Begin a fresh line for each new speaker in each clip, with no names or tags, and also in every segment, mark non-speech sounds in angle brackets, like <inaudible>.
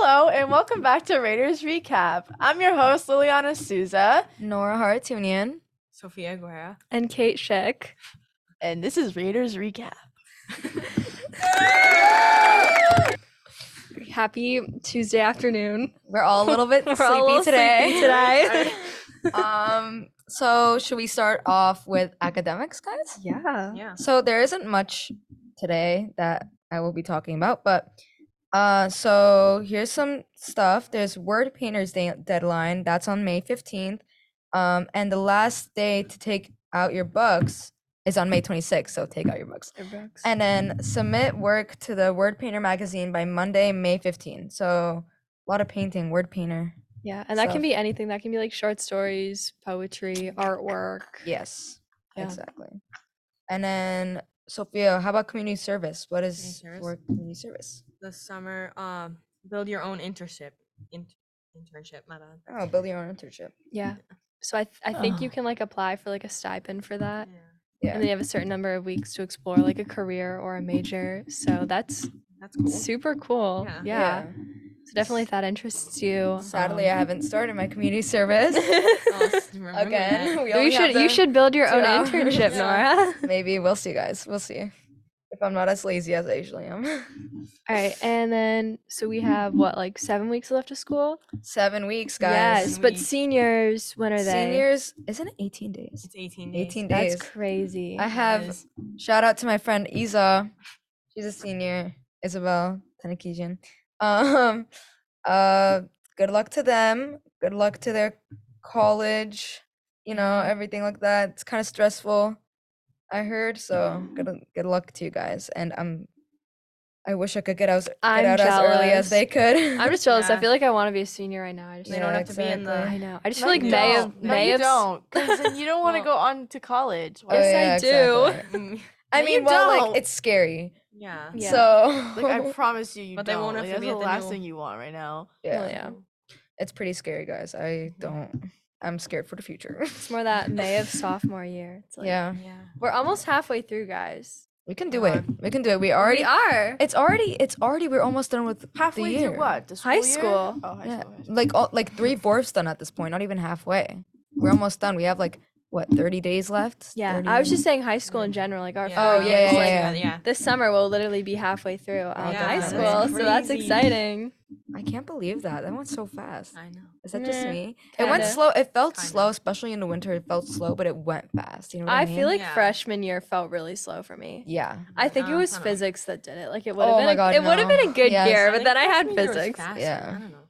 welcome back to Raiders Recap. I'm your host, Liliana Souza,
Nora Haratunian.
Sophia Guerra.
and Kate Sheck.
and this is Raiders Recap.
Happy Tuesday afternoon.
We're all a little bit
<laughs> We're
sleepy
all a little
today.
sleepy <laughs> today.
<laughs> um, so should we start off with academics, guys?
yeah.
Yeah.
So there isn't much today that I will be talking about, but uh, so here's some stuff. There's Word Painters Day deadline. That's on May fifteenth, um, and the last day to take out your books is on May twenty sixth. So take out your books. And then submit work to the Word Painter magazine by Monday, May 15. So a lot of painting, Word Painter.
yeah. And that
So-
can be anything. That can be like short stories, poetry, artwork.
Yes,
Yeah.
exactly. And then Sophia, how about community service? What is
service?
for community service?
The summer, um, build your own internship. In- internship, my bad.
Oh, build your own internship.
Yeah. So I, th- I think you can like apply for like a stipend for that.
Yeah,
Yeah.
And then you have a certain number of weeks to explore like a career or a major. So that's
that's <laughs> cool.
super cool.
Yeah.
Yeah. So definitely if that interests you.
Sadly, I
um,
haven't started my community <laughs> service
Oh, s-
<laughs>
remember
again.
that.
We
You
only have
should you
the-
should build your
two
own
hours. <laughs>
internship,
Yeah.
Nora.
Maybe we'll see, guys. We'll see. If I'm not as lazy as I usually am.
<laughs>
<laughs>
All right, and then so we have what like seven weeks left of school.
Seven weeks,
Yes,
guys.
but
Sweet.
seniors, when are they?
Seniors, isn't it 18 days?
It's 18 days.
18 days.
That's crazy.
I have <laughs>
Guys,
shout out to my friend Isa. She's a senior. Isabel Tanakisian. Um uh good luck to them. Good luck to their college, you know, everything like that. It's kind of stressful. I heard so good good luck to you guys and I'm I wish I could get out, get
I'm
out as early as
jealous.
they could.
I'm just jealous.
Yeah.
I feel like I want to be a senior right now. I
<laughs>
just
They don't
Yeah,
have to be in the.
I
exactly.
know. I just
No,
feel like
you
May
don't.
of
no,
May
you
of s-
don't, 'cause then you don't
<laughs>
want to
Well-
go on to college.
Oh, Yes,
Why-
I do.
exactly.
Mm,
I
No, you
mean, well,
don't.
like it's scary.
yeah.
Yeah.
So
Like
<laughs>
I promise you, you
But they
don't.
won't
like,
have
that's
to be
the
at the
last
new-
thing you want right now.
Well,
<laughs> yeah,
yeah.
it's pretty scary, guys. I
Mhm.
don't. I'm scared for the future. <laughs>
It's more that May of sophomore year. It's like,
yeah,
Yeah.
We're almost halfway through, guys.
we can do
Yeah.
it.
um,
We can do it. We already.
we are.
It's already. It's already. We're almost done with the
Halfway
year.
through what? The
High
year?
school.
Oh, high
Yeah,
school. high school.
like all, like three fourths done at this point. Not even halfway. We're almost done. We have like what thirty days left.
yeah,
30
I was just saying high school in general, like our
Oh,
final
yeah,
years,
yeah,
like,
yeah.
This summer we'll literally be halfway through um,
Yeah,
high
that's
school, so that's
crazy.
exciting.
I can't believe that. That went so fast.
I know.
Is that just
Meh,
me? It went
kinda.
slow. It felt
Kinda.
slow, especially in the winter. It felt slow, but it went fast. You know what I,
I
mean?
feel like
Yeah.
freshman year felt really slow for me.
Yeah.
I think it
Uh,
was
I don't know.
physics that did it. Like it would have
Oh
been.
my
a-
God,
it would have been a good
Yes.
year,
think
but then I had
freshman year was
physics.
faster,
Yeah.
I don't know.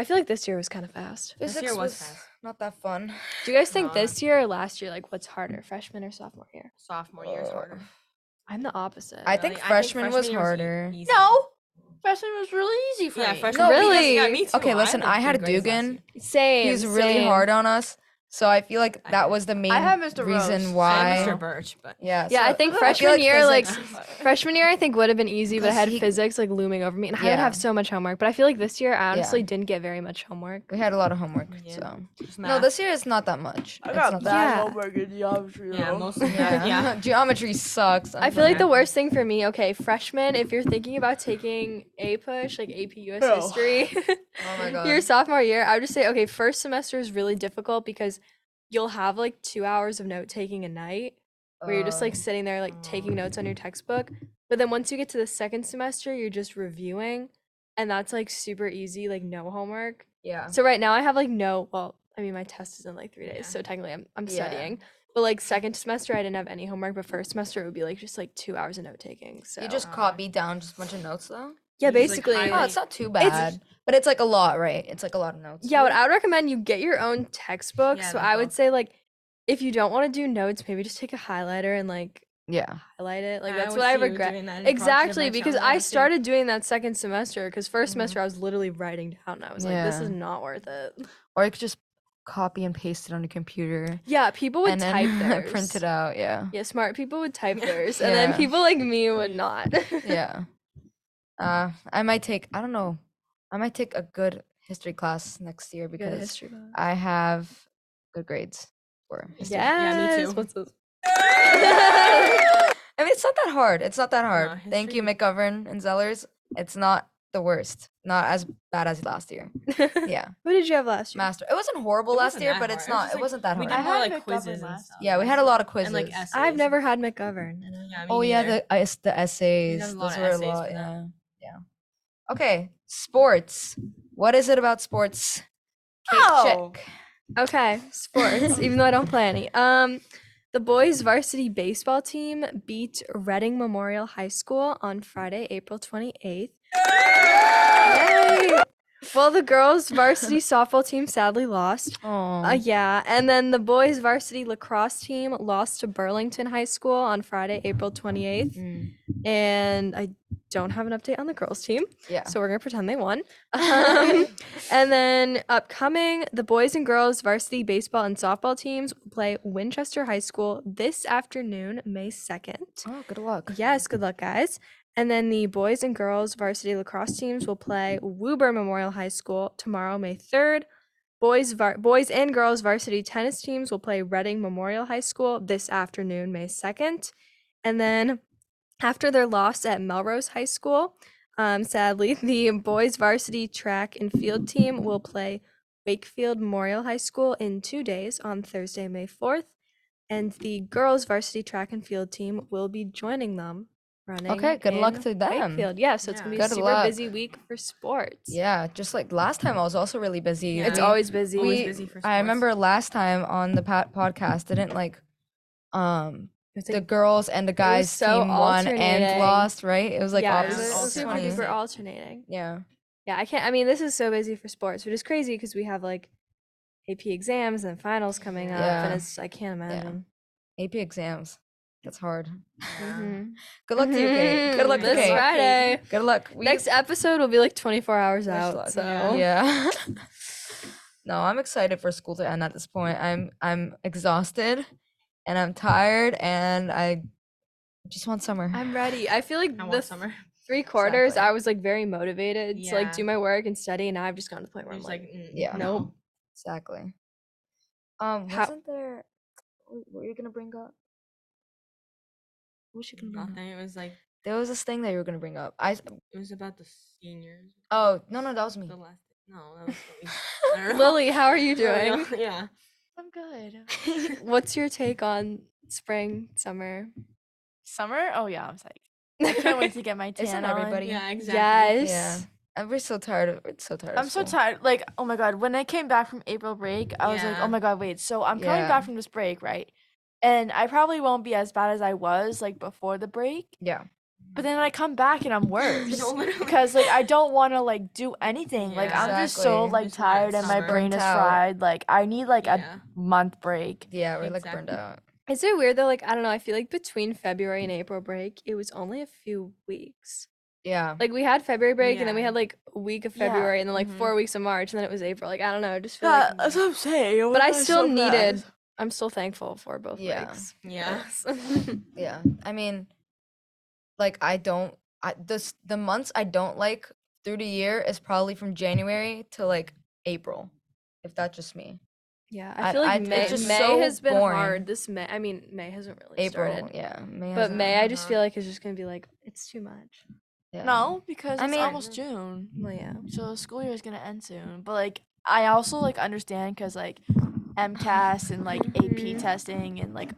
I feel like this year was kind of fast.
This year
Physics
was
was
fast.
not that fun.
Do you guys think
Nah.
this year or last year, like what's harder, freshman or sophomore year?
Sophomore year is
Uh,
harder.
I'm the opposite.
I think freshman was
year e-
harder.
easy.
No, freshman was really easy for
Yeah,
me.
freshman.
No,
because-
really.
yeah, me too.
Okay, listen. I had a
good grades last
Dugan.
year.
same.
he was really
same.
hard on us. So I feel like
I
that
know.
was the main
had Mr.
reason
Rose.
why.
I had Mr. Birch, but
Yeah.
Yeah, I
so-
think
<laughs> I feel
freshman year,
<laughs>
like,
physics-
Freshman year, I think would have been easy, but I
Because
had
he-
physics like looming over me, and I would
Yeah.
have so much homework. But I feel like this year, I honestly didn't get very much homework.
we had a lot of homework.
Yeah.
So
just
no,
math.
this year it's not that much.
I
It's
got
not
<laughs> Yeah.
bad homework in geometry.
yeah,
though.
mostly
<laughs> Yeah.
<laughs>
math. Yeah,
Geometry sucks.
I
I'm
feel like the
Yeah.
worst thing for me, okay, freshman, if you're thinking about taking A push, like AP US
No.
<laughs> history,
Oh my god.
your sophomore year, I would just say, okay, first semester is really difficult because you'll have like two hours of note taking a night where you're just like
Um,
sitting there, like taking notes on your textbook. But then once you get to the second semester, you're just reviewing, and that's like super easy, like no homework.
yeah.
So right now I have like no, well, I mean my test is in like three days,
Yeah.
so technically I'm I'm
Yeah.
studying. But like second semester I didn't have any homework, but first semester it would be like just like two hours of note taking. So
You just
uh,
copied down just a bunch of notes though.
yeah,
you just, like,
basically.
highlight
Oh, it's not too bad, but it's like a lot, right? It's like a lot of notes.
yeah, what I would recommend you get your own textbook.
Yeah,
so
the
I would
book.
say like if you don't want to do notes, maybe just take a highlighter and like
yeah.
highlight it. Like
I
that's
always
what I
see you
regret.
doing that in project
Exactly,
by
because
Chandler
I
too.
started doing that second semester because 1st
Mhm.
semester I was literally writing down. I was like, this
Yeah.
is not worth it.
Or you could just copy and paste it on your computer
Yeah, people would
and
type
then <laughs>
theirs.
print it out. Yeah.
Yeah, smart people would type
Yeah.
theirs, and then
Yeah.
people like me would not. <laughs>
yeah. Uh, I might take. I don't know. I might take a good history class next year because
history class.
I have good grades
<laughs>
for.
Yes,
history.
yeah, me
Yes.
too.
What's this?
I mean, it's not that hard. It's not that hard. Thank you,
history-
McGovern and Zellers. It's not the worst. Not as bad as last
<laughs>
year. Yeah,
<laughs> What did you have last year?
master. It wasn't horrible
It
last
wasn't
year,
that
but it's
hard. It was
not. It wasn't
just, like,
that
we
hard.
did
I
more
had
like
picked up
quizzes
on
and
last
stuff.
yeah, we had a lot of quizzes.
And like essays.
I've never had McGovern.
Yeah, me
Oh yeah,
neither.
the es- the essays.
a lot
Those
of
were a
essays
lot.
for
Yeah,
that.
yeah. Okay, sports. What is it about sports? Kate,
Oh.
check.
Okay, sports, even though I don't play any. Um, the boys' varsity baseball team beat Reading Memorial High School on Friday, April 28th. Yay! Well, the girls' varsity softball team sadly lost. Uh,
Oh,
yeah, and then the boys' varsity lacrosse team lost to Burlington High School on Friday, April 28th. And I don't have an update on the girls' team.
yeah.
So we're gonna pretend they won. Um, and then upcoming, the boys and girls varsity baseball and softball teams will play Winchester High School this afternoon, May second.
Oh, good luck.
Yes, good luck, guys. And then the boys and girls varsity lacrosse teams will play Woober Memorial High School tomorrow, May third. Boys, var- boys and girls varsity tennis teams will play Reading Memorial High School this afternoon, May second. And then after their loss at Melrose High School, um, sadly, <laughs> the boys varsity track and field team will play Wakefield Memorial High School in two days on Thursday, May 4th. And the girls varsity track and field team will be joining them running.
good luck
in
to them.
Wakefield. Yeah, so it's going to be
Yeah.
a
Good
super
luck.
busy week for sports.
Yeah, just like last time, I was also really busy.
Yeah.
It's
We-
always busy.
Always
we-
busy for
I
sports. <laughs>
remember last time on the pat- podcast, didn't like, um,
It's
the
like-
girls and the guys
so
team won and
alternating.
lost, right? It was like
yeah,
was
opposite.
it's
opposite.
super
Funny.
duper alternating.
Yeah.
Yeah, I can't. I mean, this is so busy for sports, which is crazy because we have like AP exams and finals coming up,
Yeah.
and it's I can't imagine.
AP exams. That's hard.
Yeah.
Mhm.
Good luck to you, Kate.
Mm-hmm.
Good luck to
this
Kate.
right.
Friday.
Good luck. We-
Next episode will be like 24 hours
Wish
out.
luck.
So
<laughs> Yeah. no, I'm excited for school to end at this point. I'm I'm exhausted and I'm tired and I just want summer.
I'm ready. I feel like
I
the
want summer.
three quarters
Exactly.
I was like very motivated to
Yeah.
like do my work and study, and now I've just gone to the point where
I'm
I'm like,
like, mm,
yeah.
no.
Exactly. Um,
How-
wasn't there? What were you gonna bring up? What was you gonna bring up?
Nothing. It was like
There was this thing that you were gonna bring up. I
it was about the <laughs> seniors.
oh no no that was me.
The last. No, that was. Lily. <laughs> I don't know.
Lily, how are you
<laughs> Lily,
doing?
no, Yeah.
I'm good.
What's your take on spring, summer?
Summer? Oh yeah, I'm psyched. I can't
<laughs>
wait to <laughs> get my tan.
Isn't
on.
everybody?
Yeah. Exactly. <laughs>
Yes.
Yeah. And we're so tired of it's so tired. of
I'm so
school.
tired. Like, oh my god, when I came back from April break, I was like,
Yeah.
oh my god, wait. So I'm coming
Yeah.
back from this break, right? And I probably won't be as bad as I was like before the break.
Yeah.
But then I come back and I'm worse
<laughs> No, literally.
because like I don't want to like do anything. Like
Yeah.
I'm just so
Exactly.
like
Just wanna
tired and my
summer.
brain
Burnt
is
out.
fried. Like I need like a
Yeah.
month break.
Yeah, we're like burned
Exactly.
out.
Is it weird though? Like I don't know. I feel like between February and April break, it was only a few weeks.
Yeah.
Like we had February break, and then we
Yeah.
had like a week of
Yeah.
February, and then like
Mhm.
four weeks of March, and then it was April. Like I don't know. I just feel
Yeah,
like
that's what I'm saying. it
but I
was so
still
bad.
needed. I'm still thankful for both
Yeah.
breaks.
Yeah.
Yes. <laughs>
Yeah. I mean, like I don't I this the months I don't like through the year is probably from January to like April. If that's just me.
yeah,
I-
I feel
I-
like
it's
May,
just
May
so
has been
boring.
hard. This May, I mean, May hasn't really
April.
started.
Yeah. May
But
hasn't-
May, I just
Uh-huh.
feel like it's just gonna be like it's too much.
yeah.
No, because
I
it's
mean-
almost June.
Well, yeah.
So the school year is gonna end soon, but like I also like understand because like MCAS and like AP
Mhm.
testing and like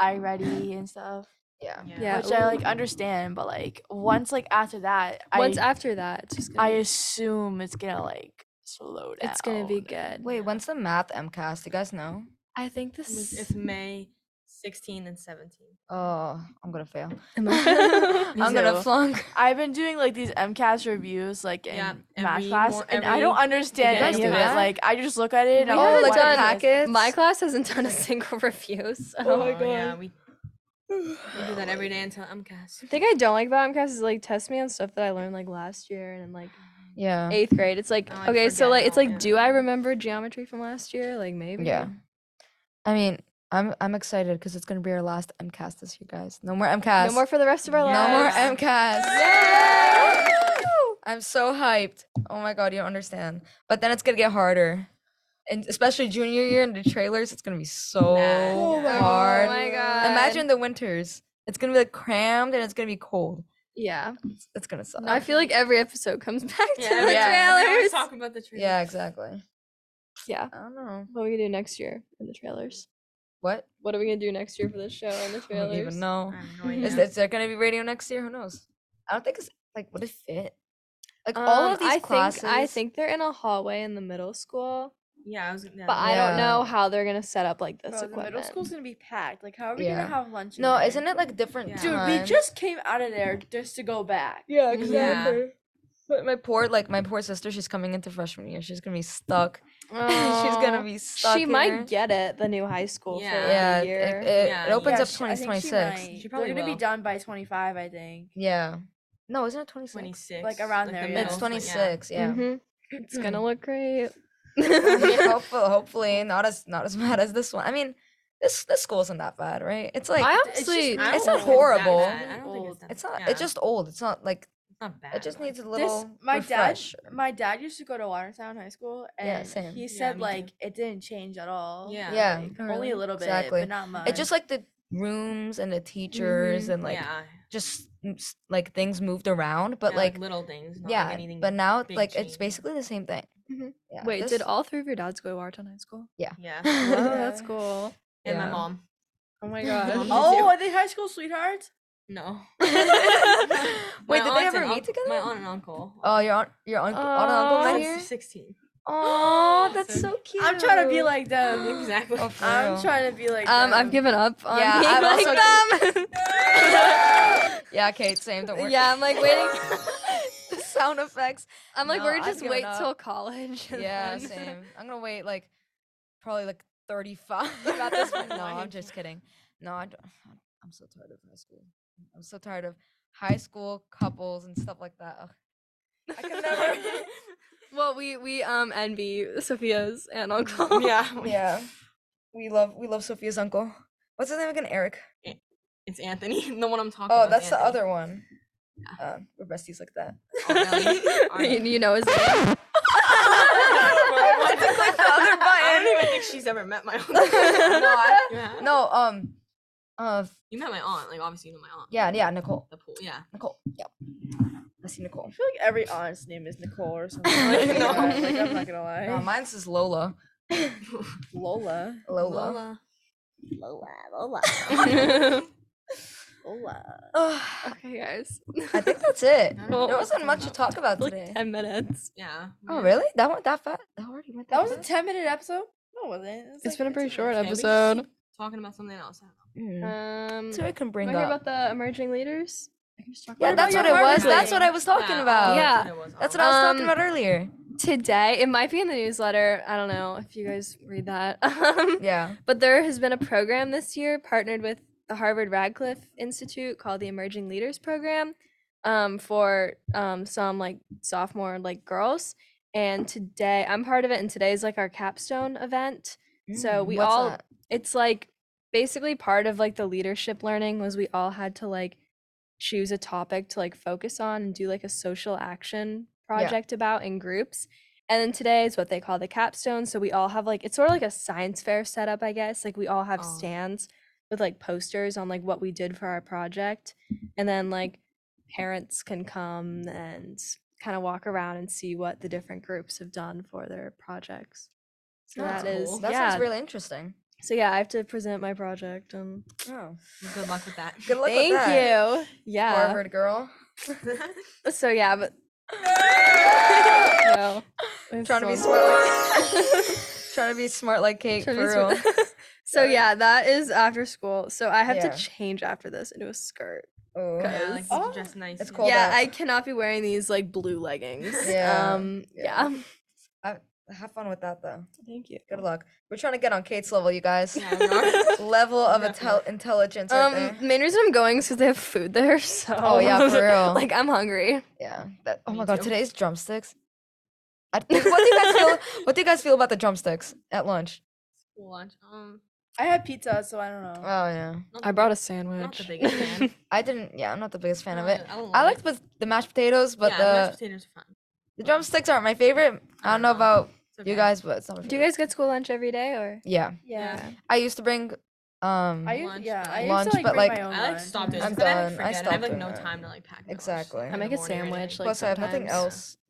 iReady and stuff,
Yeah.
Yeah,
which I like
ooh.
understand. But like once like after that,
Once
I
after that, it's just
I
gonna. be-
assume it's gonna like slow down.
it's gonna be good.
Wait, when's the math MCAS? You guys know?
I think
It
this.
was- <laughs>
<laughs>
It's May 16 and 17.
Oh, I'm gonna fail.
Am I-
I'm gonna
too.
flunk.
I've been doing like these MCAS reviews like in
Yeah,
math
every
class,
mor-
and I
every-
don't understand
You guys
any
do
of
that?
it. Like I just look at it and
We
I'm
haven't
like, what
done
is this?
packets.
My class hasn't done a single <laughs> review, so
Oh Yeah, <sighs> we, we do that every day until MCAS.
The thing I don't like about MCAS is like test me on stuff that I learned like last year and in like
Yeah.
eighth grade. It's like
Oh, I
okay, so
forget
like it's
all
like
that.
do I remember geometry from last year? Like maybe.
Yeah. I mean, I'm I'm excited because it's gonna be our last MCAS this year, guys. No more MCAS.
No more for the rest of our
No more
lives.
Yes.
MCAS.
Yay!
Woo! I'm so hyped. Oh my god, you don't understand. But then it's gonna get harder. And especially junior year and the trailers, it's gonna be so
Nah, Oh
hard.
<laughs> Oh my god.
Imagine the winters. It's gonna be like crammed and it's gonna be cold.
Yeah.
It's gonna suck.
I feel like every episode comes back to
Yeah,
yeah.
the
yeah.
trailers.
Talk about the trailers.
Yeah, exactly.
Yeah.
I don't know.
What are we gonna do next year in the trailers?
What?
What are we gonna do next year for this show and the
I don't
trailers?
even know. <laughs>
I have no
Mhm.
idea.
Is, is there gonna be radio next year? Who knows? I don't think it's like would it fit? Like all
Um,
of these
I
classes.
think I think they're in a hallway in the middle school,
<laughs> Yeah, I was. Yeah,
but I don't
Yeah.
know how they're gonna set up like this
Bro, the
equipment.
middle
<sighs>
school's <laughs> gonna be packed. Like, how are we
Yeah.
gonna have lunch? in
no,
there?
isn't it like different
Yeah.
Dude, we
times?
just came out of there just to go back.
Yeah,
Mhm.
exactly. But my poor like my poor sister, she's coming into freshman year. She's gonna be stuck. <laughs> she's gonna
Aw.
be stuck.
she
in
might
there.
get it. the new high school for
Yeah.
like,
Yeah,
a
it,
year.
it, it
Yeah,
opens
Yeah,
up
sh- I
twenty
think
twenty
she
six.
might.
She probably
They're gonna
will.
be done by 25, I think.
Yeah. No, isn't it twenty
Twenty
six?
six.
Like, around there, yeah.
It's
It's
twenty six. Yeah.
Mm-hmm.
<laughs>
Mhm. It's gonna look great. <laughs>
<laughs>
hopefully, hopefully not as not as bad as this one. I mean, this this school isn't that bad, right? It's like
I
it's just
honestly,
I
it's
don't think it's
not
that
horrible.
bad.
I don't think it's that
it's not.
bad.
It's just old. It's not like
It's not bad.
it just needs a
This-
little.
my
refresh.
dad my dad used to go to Watertown High School and
Yeah, same.
he
Yeah,
said
me too.
like it didn't change at all.
Yeah.
Yeah.
like,
Oh,
only
really?
a little bit,
Exactly.
but not much.
It's just like the rooms and the teachers and like
yeah,
just m- s- like things moved around, but
yeah,
like,
little things. Not
yeah,
like anything
but now
big
like it's
change.
basically the same thing.
Mhm.
Yeah,
Wait,
this-
did all three of your dads go to Watertown High School?
<laughs>
<laughs>
yeah,
Oh,
and
that's
Yeah.
cool.
my
Yeah.
mom.
Oh my
<laughs>
gosh.
Oh, are they high school sweethearts?
No. <laughs>
Wait,
My
did they
aunts
ever
and
meet
unc-
together?
My aunt and uncle. uh,
Oh, your aunt, your uncle, aunt and uncle
Oh,
met
that's
<gasps> here.
Sixteen.
Oh, that's
so
so cute.
I'm trying to be like
<gasps>
them.
Exactly. <laughs>
Oh, for
I'm
real.
trying to be like
Um, I've
them. <laughs>
given up on
Yeah,
being
I've
like <laughs>
Yeah, Kate, same. Don't
them.
worry.
yeah, I'm like waiting.
<laughs> the sound <laughs> effects.
I'm like,
No,
we're
I've
just
given
wait
up.
till college. and
Yeah,
then-
same. I'm gonna wait like probably like 35 at this point. <laughs> No, I'm just kidding. No, I don't. <sighs> I'm so tired of high school. I'm so tired of high school couples and stuff like that. Ugh.
I could never
<laughs>
<laughs>
Well, we we um envy Sophia's and uncle. <laughs>
yeah.
<laughs> <laughs> Yeah, we love we love Sophia's uncle. What's his name again? Eric.
<laughs> It's Anthony, <laughs> the one I'm talking about.
Oh,
is
that's the
Anthony.
other one. Uh, we're besties like that.
<laughs>
<laughs>
Oh, really?
you, you know his name.
<laughs>
I
click the other
<laughs> I don't even
button.
think she's ever
<laughs>
met my <laughs>
No,
aunt.
I-
yeah.
no, um, uh,
You met my aunt. Like obviously you know my aunt.
yeah, yeah, Nicole,
The pool. Yeah.
Nicole, yep. I see Nicole.
I feel like every aunt's name is Nicole or
<laughs>
something.
like
Like,
that.
like I'm not gonna lie.
No, Uh, mine's is Lola.
Lola.
<laughs> Lola.
Lola. Lola. Lola.
Ugh,
<laughs> okay, guys.
I think that's it.
I
Well,
don't know
There
what
wasn't
we're
much to
talking
talk about today.
like ten minutes.
<laughs> Yeah.
Oh,
weird.
really? That went that fast? That already went that,
That was a
fast?
10 minute episode? No, it wasn't. It's
It's been a pretty short
Okay, we just
episode.
keep Talking about something else. I don't know.
Mm.
Um,
So I can bring
wanna hear
up.
about the emerging leaders?
yeah,
about
that's
your
what it was.
barbecue?
That's what I was talking
Yeah,
about.
Yeah.
It was
That's what I
all-
was talking
Um,
about earlier.
Today, it might be in the newsletter. I don't know if you guys read that. <laughs> Um,
Yeah.
But there has been a program this year partnered with the Harvard Radcliffe Institute called the Emerging Leaders Program um, for um, some like sophomore like girls. And today I'm part of it, and today is like our capstone event. So we
what's
all-
that?
It's like basically part of like the leadership learning was we all had to like choose a topic to like focus on and do like a social action project about in groups. And then today is what they call the capstone. So we all have like it's sort of like a science fair setup, I guess. Like we all have
Oh.
stands with like posters on like what we did for our project. And then like parents can come and kind of walk around and see what the different groups have done for their projects. So
That's
that is
cool.
That
yeah.
sounds really interesting.
so yeah, I have to present my project and
Oh.
Good luck with that. <laughs>
Good luck
thank
with that.
you. Yeah.
Harvard girl.
So
<laughs>
yeah, but no, I'm
Trying to be
so-
smart
<laughs>
like Trying to be smart like Kate,
Trying
for
to be
real. <laughs>
smart. so
Sorry.
yeah, that is after school. So I have
Yeah.
to change after this into a skirt.
<laughs> Oh.
yeah, like
Oh,
just nice.
it's <laughs>
yeah.
cold.
yeah,
up.
I cannot be wearing these like blue leggings.
<laughs> Yeah,
Um,
yeah.
yeah.
Have fun with that, though.
Thank you.
Good luck. We're trying to get on Kate's level, you guys.
Yeah, we are.
level of
Definitely.
intel- intelligence right
Um,
there.
main reason I'm going is because they have food there. <laughs> So
Oh, yeah, <laughs> for real.
like I'm hungry.
Yeah. That, oh
Me
my god,
too.
today's drumsticks. <laughs> I think, what do you guys feel? What do you guys feel about the drumsticks at lunch?
School lunch. Um,
<laughs> I had pizza, so I don't know.
Oh yeah,
not
I
the
brought a
big-
sandwich.
Not the biggest fan.
I didn't. Yeah, I'm not the biggest <laughs> fan of
don't-
it.
I, don't
I
love
liked with the mashed potatoes, but
yeah, mashed
the
potatoes are fun.
the drumsticks aren't my favorite. I don't know about
It's
you
okay.
guys, but it's not my
<laughs> Do you
favorite.
guys get school lunch every day or?
Yeah,
Yeah.
I used to bring Um,
I used,
Lunch,
yeah,
but
I used
lunch,
to like
but,
bring
like-
my own
I like
lunch.
stopped it.
I'm
but then I
done. I
forget. I, have like
stopped
no
it.
time to like pack. my lunch,
Exactly.
like,
I
in the
make a
morning or
sandwich,
anything.
like,
plus I have nothing
sometimes-
else. I-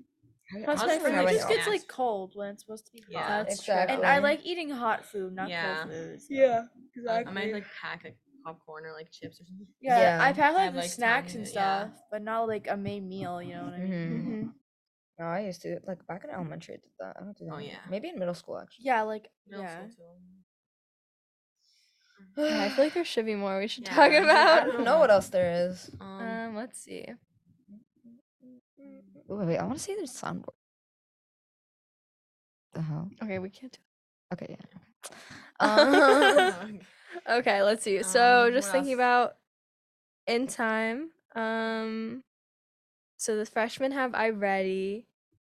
Plus,
honestly,
my
Honestly,
I
food
have
like,
just
nothing
gets
it's-
else.
like cold when it's supposed to be hot.
Yeah.
That's
And I
Exactly.
like eating hot food, not
Yeah.
cold food. so-
I might like pack like popcorn or like chips or something.
Yeah, I
Yeah.
pack like,
have,
the
like,
snacks
tiny
and
bit- yeah. Mm-hmm.
stuff, but not like a main meal. You know what I mean? Mm-hmm.
Mhm.
Mhm.
No, I used to like back in elementary. I did that. I don't do that.
Oh,
anymore.
yeah.
Maybe in middle school actually.
Yeah, like
Middle
yeah.
school too.
Yeah, I feel like there should be more we should
Yeah,
talk
I don't- I
I
about.
don't know what else there is.
Um,
Um, let's see.
Ooh, Wait, wait. I want to see there's soundboard. The hell?
Okay, we can't do.
Okay, yeah.
Um,
<laughs>
<laughs> Um,
<laughs>
Okay, let's see. So
Um,
just
what
thinking
else?
about in time. Um, so the freshmen have I ready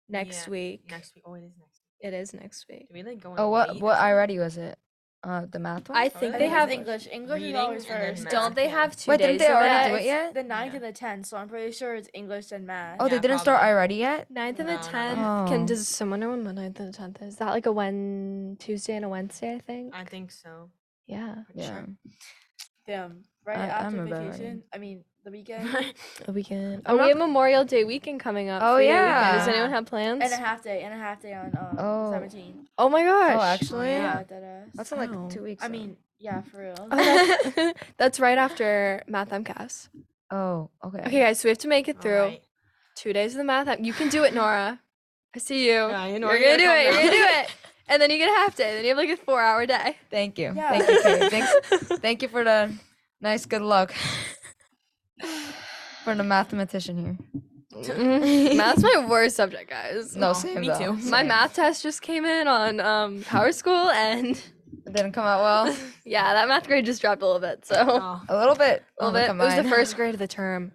next
Yeah,
week.
next week. Oh, it is next. week.
It is next week.
Do we like go?
oh,
on
what
late
what
or
I
something?
ready was it? Uh, the math one.
I
Oh,
think
I
they
think it's
have.
English. English is
reading
always
and then
first.
math.
Don't they
yeah.
have two
Wait,
days?
didn't they
of
already
that?
do it
it's
yet?
The 9th
Yeah.
and the tenth, so I'm pretty sure it's English and math.
Oh, they
Yeah,
didn't start
probably.
I ready yet.
Ninth and the
No, no.
tenth. Can
Oh.
does someone know when the ninth and the tenth is? Is that like a when Tuesday and a Wednesday? I think.
<laughs>
I think so.
yeah.
Pretty
Yeah.
sure.
Damn. Right
I-
after
I'm about ready.
vacation. I mean the
<laughs>
weekend
<laughs>
A weekend.
I'm
Oh, we
not-
have Memorial Day weekend coming up.
Oh,
for your weekend. Does
yeah.
anyone have plans?
and a half day and a half day on um,
Oh.
seventeen.
oh my gosh.
Oh, actually,
Yeah, that ass.
that's in like
Oh.
two weeks.
I
though.
mean, yeah, for
<laughs>
real.
Oh, that's, <laughs> that's right after Math MCAS.
Oh, okay.
Okay, guys, so we have to make it through
<laughs>
Alright.
two days of the Math. M- you can do it, Nora. I see you.
Yeah, you
you
know,
are
you're
gonna do
calm
it. You're gonna do
down.
it. And then you get a half day. Then you have like a four-hour day.
Thank you.
Yeah.
Thank you. <laughs> Katie. Thanks. Thank you for the nice good luck. for the mathematician here.
<laughs>
<laughs>
Math's my worst subject, guys.
No,
Oh,
same
me
though.
too.
My
Same.
math test just came in on um, Power School, and
It didn't come out well.
yeah, that math grade just dropped a little bit. So.
Oh,
A little bit.
A
Oh,
<laughs> little bit.
look
It
at
was the
mine.
first grade of the term.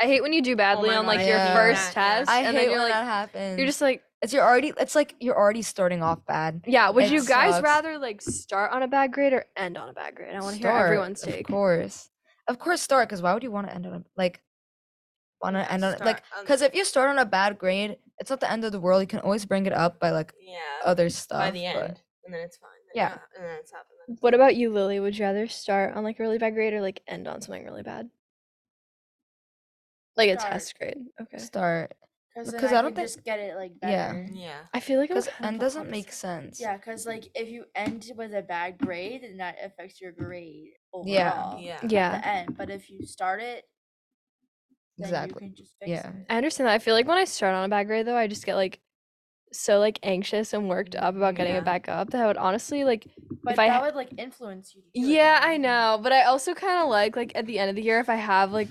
I hate when you do badly
my
on like
God,
your
yeah.
first
Yeah.
<laughs>
test,
I
and
hate
then you're
when
like,
that happens.
you're just like,
it's you're already. It's like you're already starting off bad.
yeah. Would
It
you guys
sucks.
rather like start on a bad grade or end on a bad grade? I want to hear
Start,
everyone's
Of
take.
course, of course, start. Because why would you want to end on a like? Want to
Yeah,
end on
start
like?
on-
Because if you start on a bad grade, it's not the end of the world. You can always bring it up by like
yeah.
other stuff.
by the
but-
end, and then it's fine. Then
Yeah.
you're- And then it's happened.
What about you, Lily? Would you rather start on like a really bad grade or like end on something really bad? Like a
Start.
test grade. Okay.
Start
Because
Because
I, don't
I don't
can
think-
just get it like
Yeah.
better.
Yeah.
I feel like I'm
because
kind of
end
the
doesn't make
opposite.
sense.
Yeah, because like if you end with a bad grade, then that affects your grade overall.
uh, Yeah.
Yeah.
Yeah.
The end, but if you start it, then
Exactly.
you can just fix
Yeah.
it.
I understand that. I feel like when I start on a bad grade though, I just get like so like anxious and worked up about getting
Yeah.
it back up that I would honestly like
But
if I
that
ha-
would like influence you. to do it
Yeah,
then.
I know, but I also kind of like like at the end of the year if I have like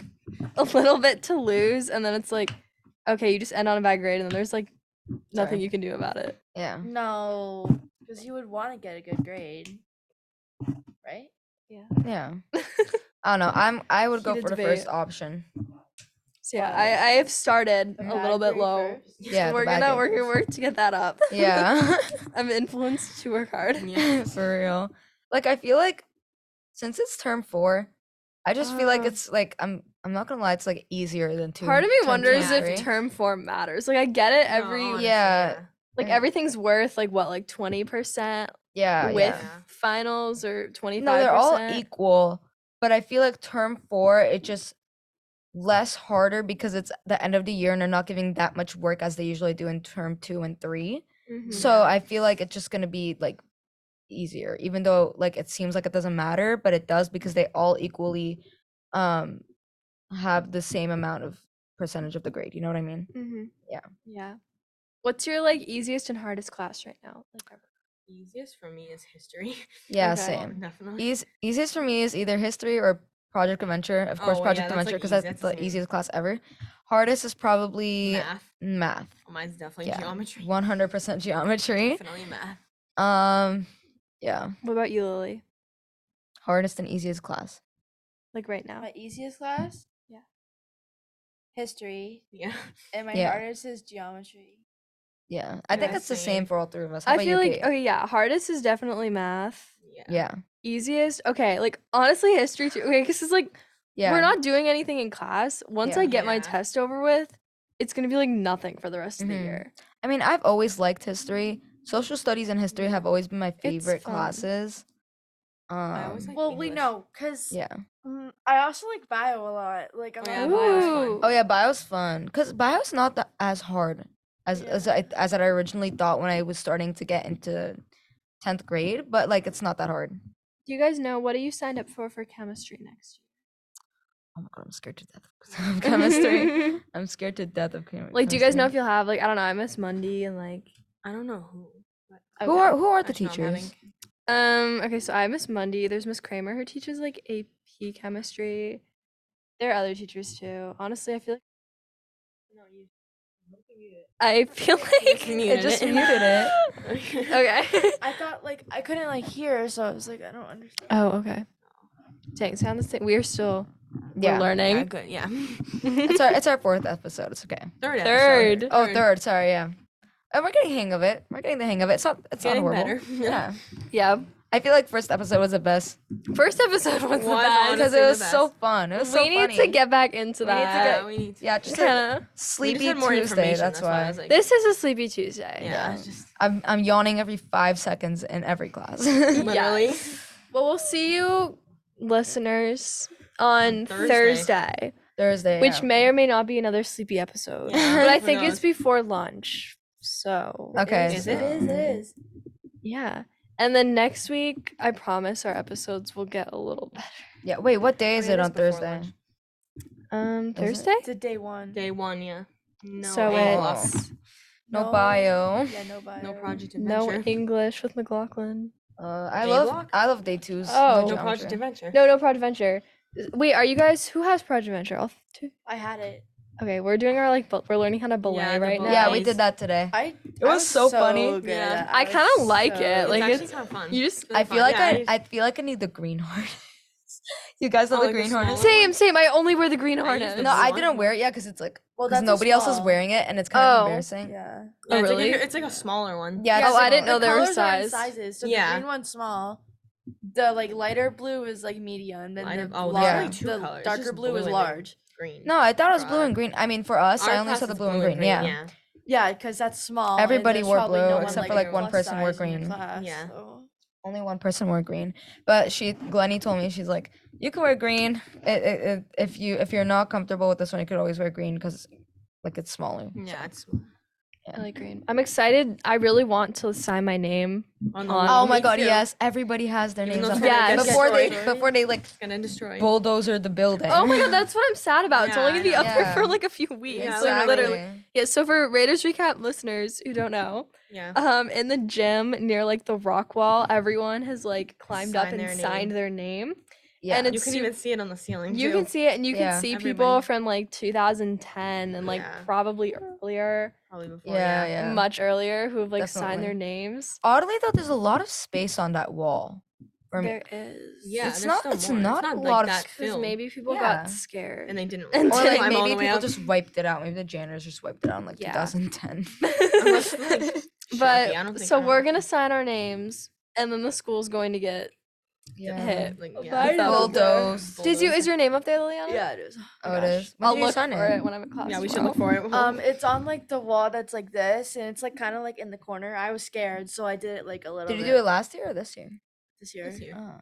a little bit to lose, and then it's like, okay, you just end on a bad grade, and then there's like nothing
Sorry.
you can do about it.
Yeah.
No, because you would want to get a good grade, right?
<laughs>
Yeah. I don't know. I'm. I would go
Heated
for the
debate.
first
<laughs>
option.
So yeah, I, I have started
The
a
bad
little bit
grade
low.
first.
Yeah. the
we're
bad
gonna
grade
work and
first.
work to get that up.
Yeah.
<laughs> I'm influenced to work
<laughs>
hard. <laughs>
Yeah.
for real. Like I feel like since it's term four, I just feel like
Ah.
it's like I'm. I'm not gonna lie. It's like easier than two.
Part of me
term two
wonders
and
if
three.
term form matters. Like I get it
No,
every
honestly,
yeah.
like
yeah.
everything's worth like what like twenty percent
Yeah.
with
Oh, yeah.
yeah.
finals or twenty
No,
five
they're all e
percent.
equal, but I feel like term four it just less harder because it's the end of the year and they're not giving that much work as they usually do in term two and 3 So I feel like it's just gonna be like easier, even though like it seems like it doesn't matter, but it does because they all equally um have the same amount of percentage of the grade. You know what I mean?
Mm-hmm.
Yeah.
Yeah. What's your like easiest and hardest class right now? Like ever?
Easiest for me is history. <laughs>
Yeah,
Okay.
same.
Definitely.
Eas- easiest for me is either history or project adventure. Of
Oh,
course,
well, yeah,
project
that's, like,
adventure because
easy.
that's
That's the
the
same.
easiest class ever. Hardest is probably
Math.
math.
Mine's definitely
E Yeah.
geometry.
100% geometry.
Definitely math. <laughs>
Um yeah,
Mm-hmm. What about you, Lily?
hardest and easiest class.
Like right now?
My easiest class.
Yeah.
History
Yeah.
and my
Yeah.
hardest is geometry.
Yeah. I
Yeah,
think it's the
same.
same for all three of us. How
I
about you,
feel like oh,
Kate?
okay, yeah. Hardest is definitely math.
Yeah.
yeah.
Easiest, okay, like honestly, history too. Okay, because it's like
Yeah.
we're not doing anything in class. Once
Yeah.
I get my
Yeah.
test over with, it's gonna be like nothing for the rest of the
Mhm.
year.
I mean, I've always liked history. Social studies and history have always been my favorite
fun.
classes. Um,
I always like
Well, we
English.
know because
yeah.
<laughs>
I also like bio a lot. Like I'm
Oh, yeah,
not
bio is
gonna
fun.
lie.
Ooh.
Oh yeah, bio's fun because bio's not that as hard as as
Yeah.
I as I originally thought when I was starting to get into tenth grade. But like, it's not that hard.
Do you guys know what are you signed up for for chemistry next
Oh my god, I'm scared to death <laughs> of
year? <laughs>
chemistry. I'm scared to death of chemistry.
like, do you guys know if you'll have like I don't know? I miss Monday and like.
I don't know who. but
who
okay.
are who are the
actually, no, I'm having- <laughs>
teachers?
Um. Okay. So I miss Monday. There's Miss Kramer who teaches like AP chemistry. There are other teachers too. Honestly, I feel like
No, you. <laughs>
I <laughs> feel
<laughs>
like
It just muted it. <laughs>
okay.
I thought like I couldn't like hear, so I was like I don't understand.
<laughs> oh, okay. Dang, sound the same. We are still we're
Yeah,
<laughs> Yeah,
learning.
good. Yeah. <laughs>
it's our
<laughs>
it's our fourth episode. It's okay.
Third. episode.
Third.
Oh, third. Sord, sorry, yeah. And we're getting the hang of it. We're getting the hang of it. It's not. It's
Getting
not horrible.
<laughs>
<laughs>
better.
Yeah.
yeah. <laughs>
I feel like first episode was the best
First episode <laughs> was, the
Was
best.
because it
the
was so
best.
fun. It was so
we need to
funny.
get back into
<laughs> We need to
that. <laughs>
get- we need to.
yeah, just like
Kinda.
We just
sleepy
had more
Tuesday.
information.
That's
I
why.
was like,
This is a sleepy Tuesday.
Yeah. it's Just
I'm I'm yawning every five seconds in every
<laughs>
class. <laughs>
literally.
Well, we'll see you, listeners, on
Thursday.
Thursday.
Thursday,
which
yeah.
may or may not be another sleepy episode.
Yeah,
but I
who
think it's
knows?
before lunch. So
okay, Mm.
Is
so-
it?
It is. It is.
yeah. And then next week, I promise our episodes will get a little better.
yeah. Wait, what day is
Wait,
it
it's
on
before
Thursday?
lunch.
Um,
it?
Thursday.
It's a day one.
Day one. Yeah. No.
so
A
Oh.
plus.
it's
No bio.
Yeah, no bio.
No project
<laughs>
no
adventure.
English with McLaughlin.
Uh, I
Day
love
block?
I love day twos.
Oh.
No
No
project
geometry.
adventure.
No, no Proud Adventure. Wait, are you guys who has Proud Adventure? All two.
I had it.
Okay, we're doing our like bul- we're learning how to belay
Yeah, the
right now.
belay.
Yeah, we
Nice.
did that today.
I.
It was so funny.
Yeah.
I kinda like it, like,
it's actually
it's-
kind of fun.
you just-
Really
I feel
fun.
like
Yeah,
I, I feel like I need the green <laughs> harness. you guys know
Oh,
the
like the
green harness?
small
Same, same. I only wear the green
I used
harness.
the
No, I
blue
didn't
one.
wear it yet because it's like
Well,
because
that's a
nobody else is
small.
wearing it and it's kind of
Oh.
embarrassing.
Yeah.
Yeah, it's, like
really?
a, it's like a smaller one.
Yeah,
Yeah,
it's
oh, I
small.
didn't know
the
there were
colors are in
size.
sizes. So
Yeah.
the green one's small. The like lighter blue is like medium, and
Lighter-
the,
oh,
oh,
there's
only
two
two
the
colors,
darker
just
blue,
blue
is
and then-
large.
Green.
No, I thought it was blue
Right.
and green. I mean, for us,
Our
I only
class
saw the
is
blue and green. Yeah.
Yeah.
Yeah, because that's small. and
Everybody
there's
wore
probably
blue,
no one,
except for,
a
like, one
plus
person wore
size in your
green.
class,
Yeah.
so-
Only one person wore green, but she, Glennie, told me she's like, you can wear green i- i- i- if you if you're not comfortable with this one, you could always wear green because like it's smaller.
Mm-hmm.
Yeah, it's
I like green. I'm excited. I really want to sign my
<laughs>
name.
on the
Oh
Oh
wall.
my
Me
god,
too.
yes, everybody has their
Even
names
though
up
it's gonna
Yes.
get
before they
destroyed.
before they like
It's gonna destroy.
bulldozer the building.
Oh my god, that's what I'm sad about. it's only gonna be
Yeah, I
up
know.
there for
Yeah.
like a few weeks.
Yeah,
like literally.
Exactly.
Yeah, so for Raiders recap listeners who don't know,
yeah.
um, in the gym near like the rock wall, everyone has like climbed up
Signed
and
their
signed
name.
their name.
Yeah.
and
you
it's
can
su-
even see it on the ceiling.
You
too.
can see it, and you
Yeah.
can see people
Everybody.
from like 2010 and like
Yeah.
probably earlier,
probably before.
yeah, yeah.
much earlier, who have like signed their
Definitely.
names.
Oddly though, there's a lot of space on that wall. Or m-
There is.
Yeah,
It's
there's
not-
still
it's
more.
not a
like
lot of
that
Because
film.
maybe people
Yeah.
got scared. <laughs>
and they didn't.
or
And
<laughs> climb
like
I'm
all the
maybe
way
people
up.
just wiped it out. Maybe the janitors just wiped it out in like
Yeah.
2010.
Unless, like, Sharpie, I don't
but
think-
so
I don't
we're
think-
gonna sign our names, and then the school's going to get.
Yeah.
Hit.
Like,
Mine
yeah,
is
that was-
Bulldozed.
Did you? Is your name up there, Liliana?
Yeah, it is.
<laughs> Oh, it is. When
I'll
did you
look
sign
for
it?
it when I'm at class.
Yeah, we should
tomorrow.
look for it.
Um, it's on like the wall that's like this, and it's like kind of like in the corner. I was scared, so I did it like a little.
Did you
bit
do it last year or this year?
this year?
This year.
Oh.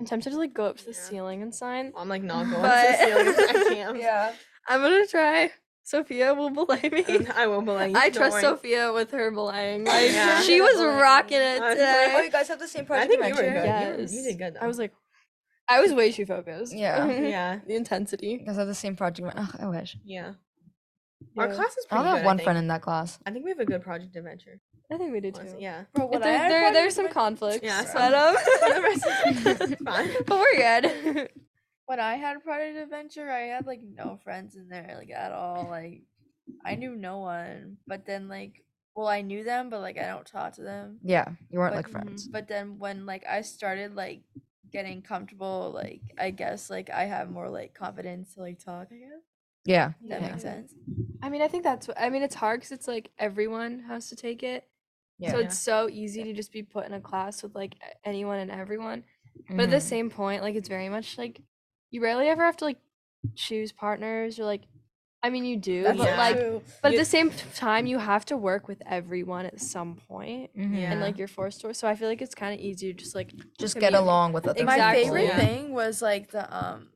I'm tempted to like go up to the
Yeah.
ceiling and sign.
I'm like not going
But-
to the ceiling. I can't.
Yeah.
I'm gonna try. Sophia will belay me. <laughs>
I won't believe. you,
I
don't
trust
worry.
Sophia with her <laughs> belaying. Like
Yeah.
she was <laughs> rocking it
I was
Oh,
today.
you guys have the same
I
project.
think you
next
were
year?
good.
Yeah.
You, were- you
Yes.
did good.
I was <laughs> like, I was way too focused. <laughs>
Yeah.
yeah,
the intensity.
You guys have the same project. Oh, I wish.
yeah. Our
Yeah.
class is
I
pretty
only
good.
have one
I
friend
think.
in that class.
I think we have a good project adventure.
I think we do
honestly.
too.
Yeah. <laughs>
Bro,
If
what I
There,
had
there,
planned
there's
was
some
when-
conflicts.
Yeah,
but um,
For the rest of- Fine.
<laughs> but we're good. <laughs>
When I had Project Adventure, I had like no friends in there like at all. Like I knew no one, but then like, well, I knew them, but like I don't talk to them.
Yeah. You weren't
but,
like friends.
But then when like I started like getting comfortable, like I guess like I have more like confidence to like talk. I guess
Yeah.
that
Yeah.
makes sense.
I mean, I think that's. what- I mean, it's hard because it's like everyone has to take it. So
Yeah.
it's so easy to just be put in a class with like a- anyone and everyone. But at the
Mm-hmm.
Mhm.
same point, like it's very much like you rarely ever have to like choose partners or like I mean, you do,
That's
but
Yeah.
like,
true.
but at
You-
the same time, you have to work with everyone at some point,
Mm-hmm.
Yeah.
and like you're forced to. So I feel like it's kind of easier, just like
just
I
get
mean,
along with other
my
Exactly.
favorite
Yeah.
thing was like the um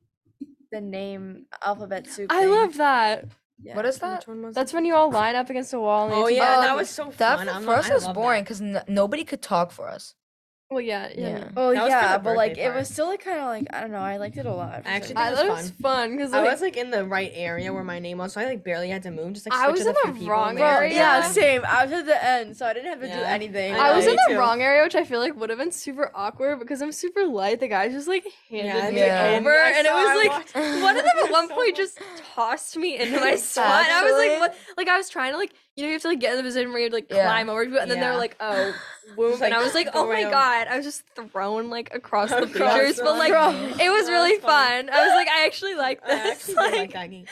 the name alphabet soup.
I
thing.
love that.
Yeah.
What is that? Um,
Which one was
That's when you all line up against a wall. And
Oh
answer the
yeah, that
question.
was so
That
fun.
for,
I'm
for
not-
us
I
was
love
boring
That.
because n- nobody could talk for us.
<laughs> Well, yeah, yeah.
Yeah.
Oh
That was for
yeah,
the
but like
birthday
it was
part.
still like kind of like I don't know. I liked it a lot. for
I actually
some
think
I
reason.
thought
was
it was fun because
I
like,
was like in the right area where my name was, so I like barely had to move. Just like
I
switch
was
with
in
a
the
few people
wrong
and they were
area.
like,
yeah,
<laughs> Yeah.
same. I was at the end, so I didn't have to do
Yeah.
anything.
I
I was
know,
in
me
the
too.
wrong area, which I feel like would have been super awkward because I'm super light. The guy just like handed
Yeah,
me
yeah.
over,
I
and it
saw,
was
I
like <laughs>
walked-
one of them at one
So
point <laughs>
much-
just tossed me into <laughs> my spot. And I was
Actually?
like, what? Like I was trying to like you know you have to like get in the position where you like
Yeah.
climb over people, and then
Yeah.
they're like, <laughs> oh, whoop,
Just,
and
like,
I was like,
go
oh my
around.
god, I was just thrown like across the
Across
bleachers,
the
but like
bleachers.
it <laughs> was
That
really
was fun.
fun. I was like, <laughs> I actually like
I
this.
actually did like
like-
that game.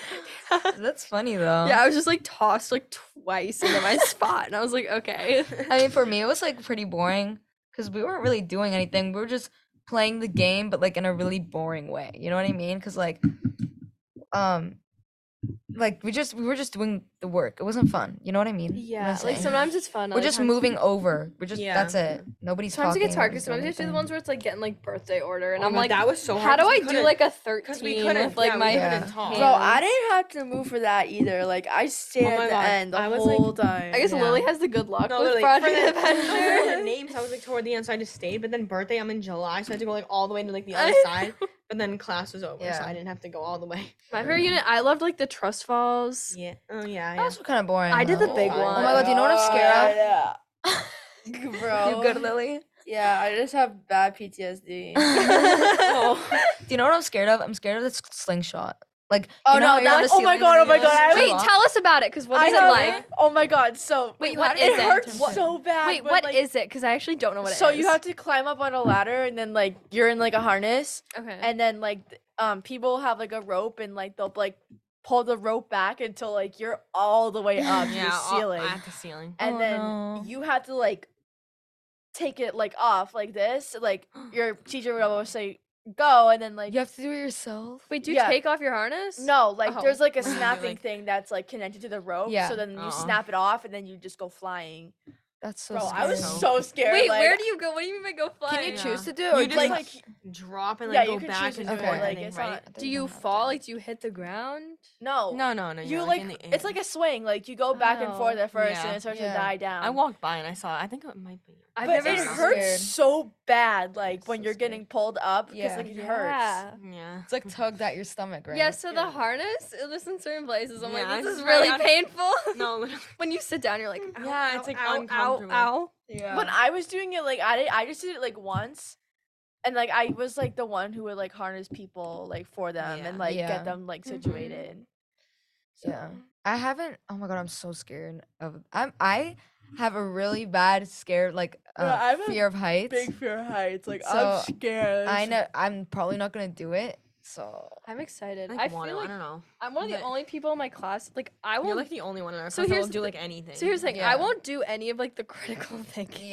That's funny though.
<laughs> yeah, I was just like tossed like twice into <laughs> my spot, and I was like, okay.
I mean, for me, it was like pretty boring because we weren't really doing anything. We were just playing the game, but like in a really boring way. You know what I mean? Because like, um, like we just we were just doing the work. It wasn't fun. You know what I mean? What I'm
Yeah, like
saying?
sometimes it's fun.
we're
other
just
times-
moving over. We're just
Yeah.
that's it. Nobody's
Sometimes it
talking.
gets hard
nobody's
because sometimes you
doing
have to do the
anything.
ones where it's like getting like birthday order, and
Oh
I'm
my-
like,
that was so
how
hard.
do I
we
do
couldn't-
like a
'cause
13
we couldn't
with like
yeah,
my
couldn't
we couldn't talk.
Bro,
Well,
I didn't have to move for that either. Like I stayed
Oh my
at the
God,
end the
I was, like-
whole time.
I guess
Yeah.
Lily has the good luck
No,
with
literally, for
Project
the, no, <laughs> for the
Avenger.
names, I was like toward the end, so I just stayed. But then birthday, I'm in July, so I had to go like all the way to like the
<laughs> I
other
know.
side. But then class was over, so
Yeah.
I didn't have to go all the way. <laughs>
my favorite unit, I loved like the Trust Falls.
Yeah. Oh yeah.
That
yeah.
was kind of boring.
I did the
though.
big
Oh
one.
my
Oh my god, do you know what I'm scared
<laughs>
of? Bro.
of? You good, Lily?
Yeah, I just have bad
<laughs>
PTSD.
oh. Do you know what I'm scared of? I'm scared of the s- slingshot. Like,
Oh,
you know
no,
how you're on
that-
the
oh my
ceiling
God,
and
oh my
you just
God, I
shoot
Wait,
was-
off?
tell us about it, because what
I
is it
know,
like?
Oh my god, so
Wait,
how
what
did-
is
it?
it in
hurts
terms of-
so bad.
Wait,
but,
what is
like,
it? Because I actually don't know what it is.
so you have to climb up on a ladder and then like you're in like a harness
Okay.
and then like th- um people have like a rope and like they'll like pull the rope back until like you're all the way up to the
all-
ceiling.
At the ceiling.
and
Oh,
then
no.
you have to like take it like off like this. Like your teacher would always say go and then like
You have to do it yourself.
Wait, do you
yeah.
take off your harness?
no, like
Oh.
there's like a
You're
snapping
like-
thing that's like connected to the rope.
Yeah.
So then you
Uh-uh.
snap it off and then you just go flying.
That's so.
Bro, I was
scary.
so scared.
Wait,
like,
where do you go? What do you mean by go flying?
Can you
Yeah.
choose to do? it,
You
or
just,
like,
like,
like
Drop and like
yeah,
go
you can
back
choose to
and
do
do
forth.
it.
Okay.
Like
and,
it's
right?
not
Do you fall? Like, do you hit the ground?
no.
Oh.
No, no, no.
You
you're,
like,
in the
it's
air.
like a swing. Like you go back and forth
Oh,
at first,
yeah.
and it starts
Yeah.
to die down.
I walked by and I saw. It. I think it might be.
I've
but
never
it
been
hurts
scared.
so bad, like when
so
you're
scary.
getting pulled up, because
Yeah.
like it hurts.
Yeah.
Yeah.
It's like tugged at your stomach, right?
Yeah, so the
Yeah.
harness, it lives in certain places. I'm
Yeah,
like, this
it's
is
right
really
on-
painful. <laughs>
no. literally.
when you sit down, you're like, ow,
Yeah,
ow,
it's, like,
ow, ow,
uncomfortable.
ow.
Yeah.
When I was doing it, like I did, I just did it like once, and like I was like the one who would like harness people like for them
Yeah.
and like
Yeah.
get them like
Mhm.
situated.
Yeah.
So-
I haven't. Oh my god, I'm so scared of. I'm. I have a really bad scared like uh,
Yeah, I have a
fear of heights.
Big fear of heights. Like
I'm So,
scared.
I know. I'm probably not gonna do it. So
I'm excited.
I,
I
<laughs> like,
feel
want it, I
like
don't know.
I'm one of the
but-
only people in my class. Like, I
You're
won't.
like the only one in our
So
class that
here's
will
the
do like
thing.
anything.
so here's the thing.
Yeah.
I won't do any of like the <laughs> critical thinking.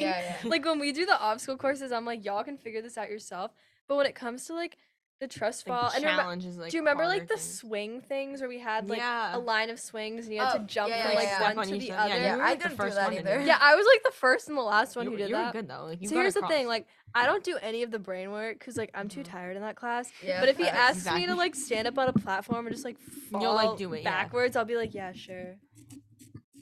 <laughs> yeah, yeah.
like when we do the obstacle courses, I'm like, y'all can figure this out yourself. But when it comes to like the trust
It's, like,
fall,
the
and remember,
challenge is, like,
do you remember
harder
like the
thing.
swing things where we had like
Yeah.
a line of swings and you had
Oh,
to jump
yeah,
from
yeah,
like
yeah.
one
Step
to
each
the
side.
other?
Yeah,
Yeah,
you
I,
were,
I
<laughs> like, the
didn't do
first
that
one to do
either.
it.
Yeah.
was like the first and the last one
you,
who did
you
that.
were good though. Like, you
so
got
here's the
across.
thing, like I don't do any of the brain work because like I'm too
Mhm.
tired in that class.
Yeah,
but if he asks
facts.
me to
Exactly.
like stand up on a platform and just like fall
You'll, like, do it, yeah.
backwards, I'll be like, yeah, sure.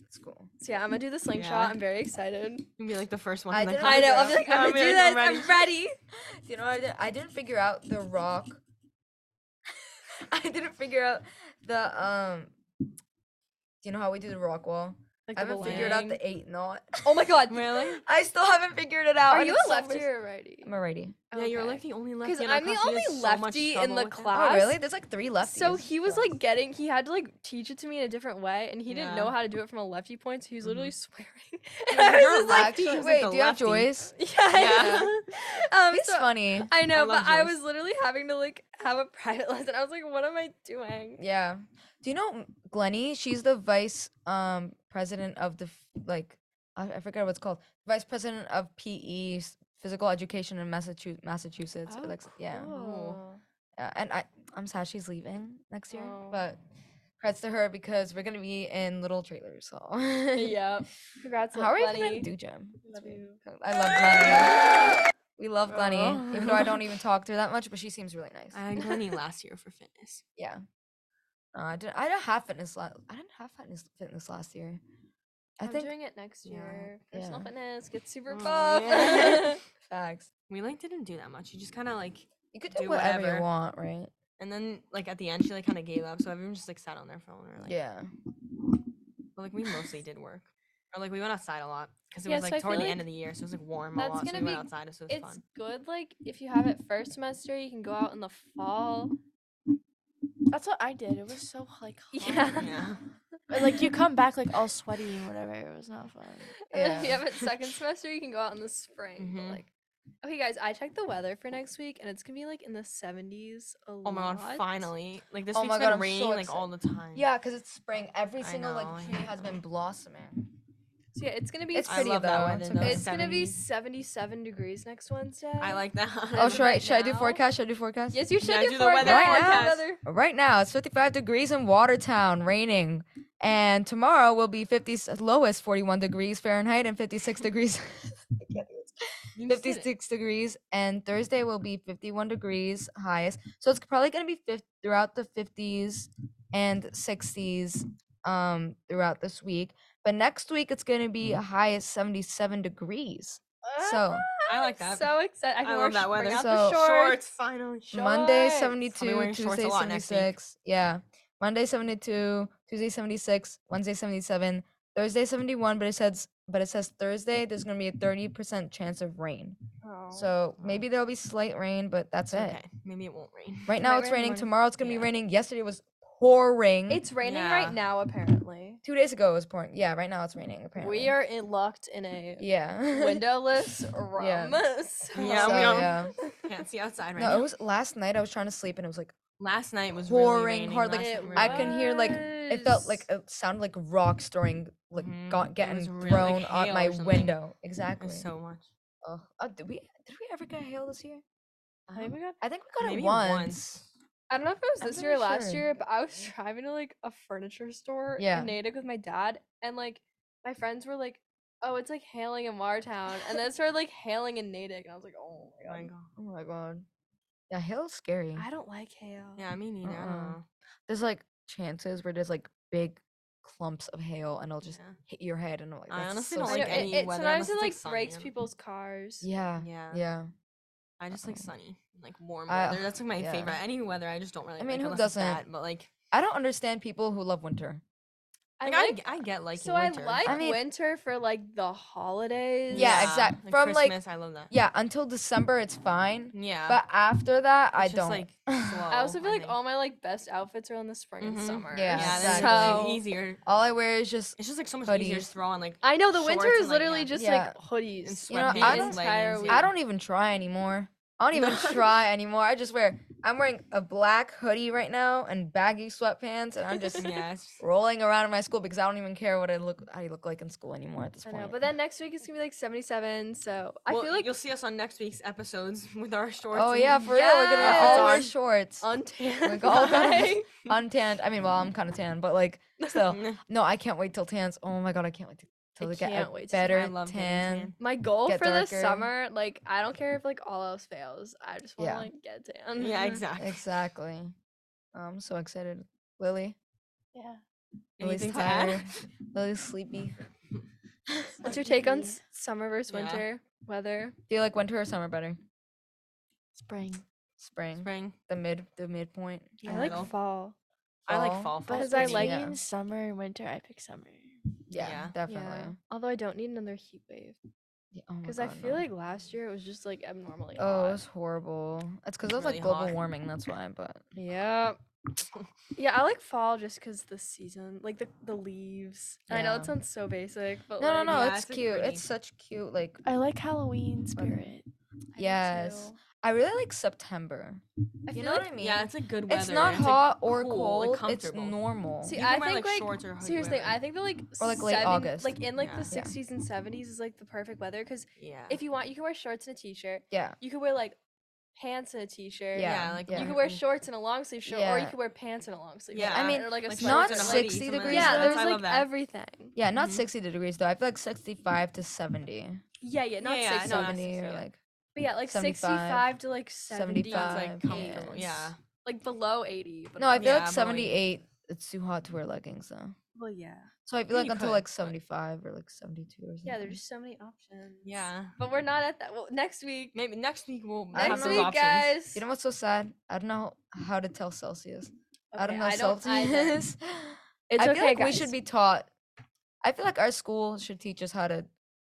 it's cool.
So yeah, I'm gonna do the slingshot.
Yeah.
I'm very excited.
You'd be like the first one.
I
in the
did it
class.
I know. I'll be
Yeah.
like, I'm
I'll
gonna do
be
this.
like, I'm
I'm ready.
You know, what I didn't, I didn't figure out the rock. <laughs> I didn't figure out the um. Do you know how we do the rock wall?
Like
I
the
haven't figured out
belaying.
the eight knot.
<laughs>
<laughs>
Oh my god.
<laughs> Really?
I still haven't figured it out.
Are
and
you
it's
a
so
lefty
mis-
or a righty?
I'm a righty.
Yeah, you're like
Okay.
the only lefty.
Because
in our
I'm the
class, we
only
had so much
lefty in
trouble
the
with that.
class.
Oh really? There's like three lefties.
So he was
Gross. <laughs>
like getting, he had to like teach it to me in a different way, and he didn't know
Yeah.
how to do it from a lefty point, so he was literally swearing. <laughs> And
Yeah,
I
you're
was just like,
Actually,
lefty, he's, like,
wait,
the
do you have
lefty.
Joyce?
yeah. I know. um,
He's
so
funny.
I know,
love
but I
Joyce.
was literally having to like have a <laughs> private lesson. I was like, what am I doing?
Yeah. Do you know Glennie? She's the vice um president of the f- like I, I forget what it's called. Vice president of PE 's physical education in Massachusetts. Massachusetts. or like s- Yeah.
Oh, cool.
Yeah, And I I'm sad she's leaving next year,
Oh.
but Congrats to her because we're gonna be in little trailers. So <laughs>
<laughs> Yep. Congrats,
How are you gonna
Lenny.
do, Jim?
Love you.
I love Glenny. We love Glenny,
Oh.
even though I
<laughs>
don't even talk to her that much, but she seems really nice.
I had Glenny last year for fitness.
yeah. No, I didn't. I didn't have fitness. La- I didn't have fitness fitness last year. I
I'm
think
doing it next
Yeah.
year. Personal
Yeah.
fitness, get super
Oh,
buff. <laughs>
yeah.
facts.
We like didn't do that much. You just kind of like,
You could do,
Do
whatever, you
whatever.
want, right?
and then like at the end she like kind of gave up, so everyone just like sat on their phone or like mm.
yeah.
But like we mostly did work, or like we went outside a lot because it
Yeah,
was
so
like
I
toward the
feel
end
like
of the year, so it was like warm a
that's
lot. So
gonna
we went
be-
outside, so it was
it's
fun.
good, like if you have it first semester, you can go out in the fall. <laughs>
That's what I did. It was so like hot.
<laughs> Yeah.
Yeah.
But, like you come back like all sweaty and whatever. It was not fun.
And then if you
Yeah.
have
<laughs>
it second semester, you can go out in the spring. but,
Mhm.
like, okay, guys, I checked the weather for next week, and it's gonna be like in the seventies.
Oh my god! Finally, like this
Oh
week's
my
been
God, I'm so
raining like all the time.
Yeah, because it's spring. Every
I
single
know, I
like tree has
know.
been blossoming.
So yeah, it's gonna be.
It's
s-
I
pretty
love that
though,
weather,
it's
though.
okay.
it's gonna be
70s.
seventy-seven degrees next Wednesday.
I like that.
Oh,
As
should
of
I
right
should I do
now-
forecast? Should I do forecast?
Yes, you should
Yeah,
do,
do the
four
weather
guys.
forecast.
Weather.
Right now it's 55 degrees in Watertown, raining, and tomorrow will be 50 s- lowest 41 degrees Fahrenheit and 56 degrees. <laughs> I can't do this.
You just did it.
56 degrees, and Thursday will be 51 degrees highest. So it's probably gonna be 50, throughout the 50s and 60s um throughout this week. But next week it's gonna be a high at 77 degrees.
Ah,
So
I like
I'm <laughs>
that.
So excited! I, can
I
wear
love that
sh-
weather.
Bring out
So-
the shorts.
<laughs> finally.
<laughs> Monday
Shorts. I'll be
72,
wearing shorts a
Tuesday
lot next week.
76. Yeah. Monday 72, Tuesday 76, Wednesday 77, Thursday 71, but it says but it says Thursday there's going to be a 30% chance of rain.
Oh
So maybe there'll be slight rain, but that's
It's
it.
okay. Maybe it won't rain. <laughs>
Right now
Might
it's
rain
raining,
one-
tomorrow it's going to
yeah.
be raining. Yesterday was pouring.
it's raining
Yeah.
right now, apparently.
2 days ago it was pouring. Yeah, right now it's raining apparently.
We are in, locked in a
yeah.
windowless room. <laughs> so-
<laughs>
Yeah,
So,
<laughs>
we are.
yeah.
Can't see outside right
No,
now.
it was last night I was trying to sleep and it was like
last night was
pouring
really raining,
hard, like,
last night
It
really
I can hear like it felt like
was-
it sounded like rocks throwing like
Mhm. It
got
was
getting
really, like,
thrown
hail
out
or
my
something.
window
It
exactly
was so much.
Ugh. oh, did we did we ever get hail this year
I
Maybe we got
i think we got
Maybe
it once,
I don't know if it was
I'm
this
pretty
year or last
sure.
year, but I was <laughs> driving to like a furniture store
Yeah.
in Natick with my dad, and like my friends were like, "Oh, it's like hailing in Martown," and then it started like hailing in Natick, and I was like, "Oh
Oh my
my god,
god.
oh my god yeah hail's scary
I don't like hail."
Yeah, me neither. I
Uh-uh.
don't know.
there's like chances where there's like big clumps of hail and it'll just uh,
Yeah.
hit your head and I'm like
I
that's
honestly
so
don't
I
like
know,
scary."
any
it, it,
weather
sometimes
unless
it
it's, like,
like
sunny,
breaks
I'm-
people's cars.
yeah
Yeah.
yeah
I just like
Uh-uh.
sunny, like warm
I-
weather. That's like my
yeah.
favorite. Any weather, I just don't really.
I
like
mean, who
unless it's
doesn't?
That, but like,
i don't understand people who love winter
like, I, g- I, get like
so
winter.
I like
I mean-
winter for like the holidays.
Yeah, exact-
Like
from, like-
Christmas, I love that.
yeah until december it's fine
yeah.
but after that i
It's
don't <laughs>
just, Like, slow,
Oh
I also feel like
think.
all my like best outfits are in the spring
Mhm.
and summer.
Mm-hmm. Yeah,
yeah,
that's
that's
so
like, easier.
all i wear is just
It's just like so much easier to
hoodies.
throw on like
I know the winter
shorts
is
and, like,
literally
yeah.
just
Yeah.
like hoodies.
And
You know, I
sweatpants,
don't-
entire
leggings,
week.
yeah.
I don't even try anymore. I don't even try anymore. I just wear. I'm wearing a black hoodie right now and baggy sweatpants, and I'm just
<laughs> yeah, it's just-
rolling around in my school because I don't even care what I look. I look like in school anymore at this
I
point.
know, but then next week it's gonna be like 77. So I
Well,
feel like
you'll see us on next week's episodes with our shorts.
oh
and-
yeah, for real, we're gonna all wear
Yes.
shorts,
untanned.
Like, all that is-
like-
untanned. I mean, well, I'm kind of tan, but like still.
Mm,
No, I can't wait till tans. Oh my god, I can't wait till, till
I
they get
can't
a
wait to- I
better
I love getting
tan.
my goal
Get
for this
darker.
summer, like I don't care if like all else fails. I just want to
Yeah.
like get tan.
tan. Yeah, exactly.
Exactly. I'm so excited, Lily.
yeah.
Lily's
Anything to add?
tired. Lily's sleepy.
<laughs> What's your take on
Maybe
s- summer versus
Yeah.
winter weather?
Do you like winter or summer better?
spring?
Spring.
Spring.
The mid the midpoint.
Yeah.
I like
Middle.
fall.
I like
Fall.
fall.
But
Fall's
as I
pretty.
like
yeah.
in summer and winter, I pick summer.
Yeah,
Yeah.
definitely.
Yeah. Although I don't need another heat wave
Yeah, oh my
because I
God,
feel
no.
like last year it was just like abnormally
Oh,
hot.
it was horrible. It's because of
Really
like global
hot.
warming, that's why, but
Yeah. Yeah, I like fall just because the season, like the, the leaves. I know
Yeah.
it sounds so basic, <laughs> but
No no
like,
no,
yeah,
it's
it's, like,
cute.
pretty.
It's such cute like
I like Halloween spirit.
I do
Yes.
too.
I really like September.
I
You
feel
know
like
what I mean?
Yeah, it's a good weather.
it's not
like,
hot or
cool, like,
cold. it's
comfortable.
normal.
See,
you
I
can wear,
think, like,
shorts or hoodie,
Seriously,
whatever.
I think that like
Or, like, late
seven-
August.
like in like
Yeah.
the
Yeah.
sixties and seventies is like the perfect weather because
yeah.
if you want, you can wear shorts and a t-shirt.
yeah.
You could wear like pants and a t-shirt.
Yeah,
like
yeah.
You
can
could wear shorts and a long sleeve shirt, or you
Yeah.
could wear pants and a long sleeve.
Yeah,
shirt,
I mean,
or like a
like
sweater
not
and a
shorts and a hoodie,
60
something
hoodie.
degrees
Yeah,
that.
there's
I love
like
that.
everything.
Yeah, not
Mhm.
60 degrees though. I feel like 65 to 70.
Yeah, yeah, not
Yeah, yeah, I know,
60,
70 or
yeah.
like
but yeah, like
75,
65 to like 70,
75.
It's like
Five,
comfortable.
yes.
Yeah.
like below 80. But
No, I
above
feel
Yeah,
like
but, like-
78 it's too hot to wear leggings though.
Well, yeah.
So I feel
Yeah,
like
you
until
could,
like
but-
75 or like 72 or something.
Yeah, there's just so many options.
Yeah.
But we're not at that. Well, next week.
Maybe next week we'll
I
have
Next
don't
those
week,
know.
options.
guys.
You know what's so sad? I don't know how to tell Celsius. I don't
Okay,
know
either.
<laughs> Celsius.
It's
I feel
okay,
like
guys.
we should be taught. I feel like our school should teach us how to,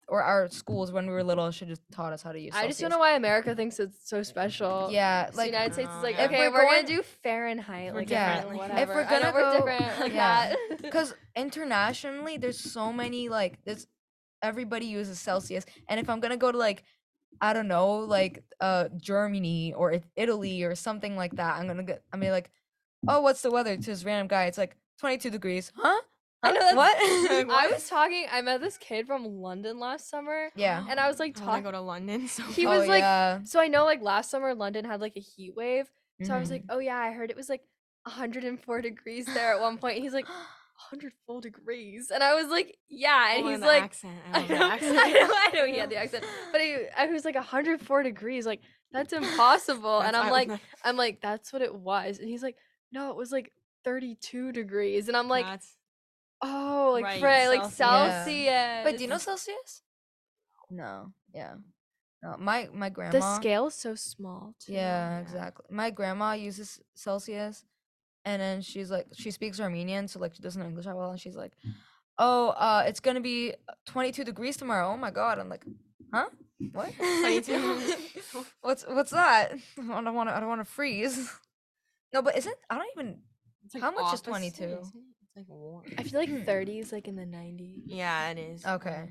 or our schools when we were little should have taught us how to use.
I just don't know
Celsius.
why America thinks it's so special.
Yeah,
Like, the
like
United States is like,
Yeah.
If
okay,
we're
we're, gonna
going-
do Fahrenheit,
We're
like
Yeah.
different,
different,
whatever.
like- If
we're
I know
gonna
we're
go-
different, like
yeah. <laughs>
that.
because internationally there's so many like this. Everybody uses Celsius, and if I'm gonna go to like, I don't know, like uh Germany or it- Italy or something like that, I'm gonna get. I mean, like, oh, what's the weather to this random guy? It's like 22 degrees, huh?
I
Huh?
know that's-
what? <laughs>
Like,
I
what?
was talking. I met this kid from London last summer,
yeah.
and I was like
I want to
talking.
go to London.
<laughs>
So
He
Oh,
was like,
yeah.
so I know like last summer London had like a heat wave, so I was
Mhm.
like,
Mm-hmm.
oh yeah, I heard it was like 104 degrees there at one point. And he's
<gasps>
like, 104 degrees, and I was like, yeah, and
Oh,
he's
the
like,
accent.
<laughs>
I,
I
love
know,
the
I
accent.
know, I know he had
<laughs>
the accent, but he, I was like 104 degrees, like that's impossible. and
That's-
I'm
I
like,
was
I'm like, that's what it was, and he's like, no, it was like 32 degrees, and I'm like,
That's-
oh, like
right,
Frey, like
Celsius.
Celsius.
But do you know Celsius? No. Yeah. No, my my grandma.
the scale's so small? Too.
Yeah,
yeah.
exactly. My grandma uses Celsius, and then she's like, she speaks Armenian, so like she doesn't know English that well, and she's like,
Mm.
"Oh, uh, it's gonna be 22 degrees tomorrow. Oh my god!" I'm like, "Huh? What?
<laughs>
22.
what's what's that? <laughs> I don't want to. I don't want to freeze." <laughs> No, but isn't I don't even.
it's like
How much is
opposite,
22?
isn't it? It's like warm.
I feel like 30 is like in the 90s.
Yeah, it is.
Okay.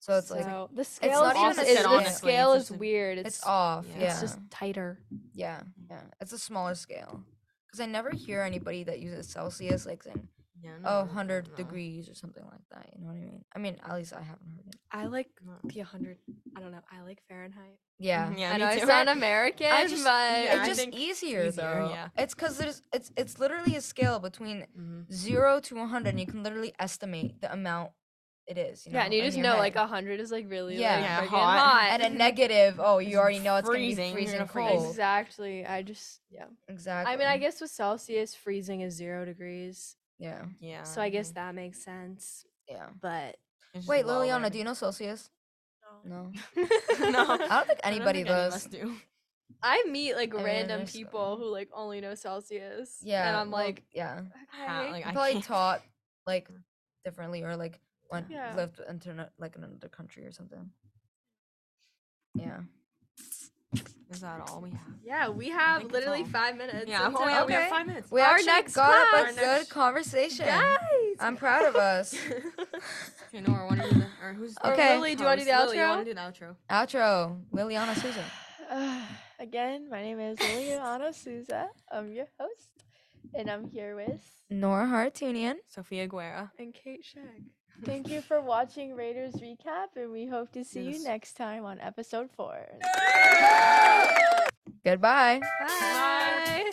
So it's like
So, Oh, the scale
not
is
even a
opposite,
set,
the
honestly,
scale
it's
is
just a-
weird.
it's,
It's,
off.
yeah.
Yeah.
it's just Mm. tighter.
Yeah, yeah. It's a smaller scale. Because I never hear anybody that uses Celsius like saying,
Yeah,
oh,
no,
100
no.
degrees or something like that. You know what I mean? I mean, at least I haven't heard it.
I like
No.
the 100. I don't know. I like Fahrenheit.
Yeah.
Mm, Yeah,
I
me
know I
too. <laughs>
sound American,
just-
but
yeah, I
it's just
think
easier,
easier,
though.
yeah.
It's because there's it's it's literally a scale between
Mhm.
zero to 100, and you can literally estimate the amount it is. You know,
yeah, and you
in
just
your
know
head.
like oh, 100 is like really
Yeah.
like,
Yeah,
friggin'
hot.
hot. <laughs>
and a negative. Oh,
It's
you already know it's Gonna
freezing, you're
be freezing
gonna freeze.
cold.
Exactly. I just yeah.
Exactly.
I mean, I guess with Celsius, freezing is zero degrees,
Yeah.
Yeah.
so I guess
mhm.
that makes sense.
Yeah.
But
It's just
Wait,
lower.
Liliana, do you know Celsius? No. I
<laughs> no.
don't think anybody
think any of
does.
us do.
<laughs> I meet like
And
random
there's-
people who like only know Celsius.
Yeah.
and I'm
well,
like,
yeah.
Ah,
"Okay."
like,
I
I
probably
can't.
taught like
Mm.
differently or like went
Yeah.
lived internet like in another country or something. Yeah.
Is that all we have?
yeah, we have
think it's
literally
all.
five minutes.
Yeah,
until-
oh, yeah, we
Okay.
have five minutes.
We
Our
actually
next
got up
class.
a
Our
good
next-
conversation.
guys.
I'm proud of us.
<laughs> Okay, Nora, want to do the or who's
Or
Okay.
Lily, do you want to do the
Lily, you
outro?
wanna do the outro?
Outro. Liliana Souza.
<sighs> Again, my name is Liliana Souza. I'm your host, and I'm here
<laughs>
with.
Nora Hartunian.
Sophia Guerra.
and Kate Shag.
Thank you for watching Raiders Recap, and we hope to see you
Yes.
next time on episode four.
Goodbye.
Bye.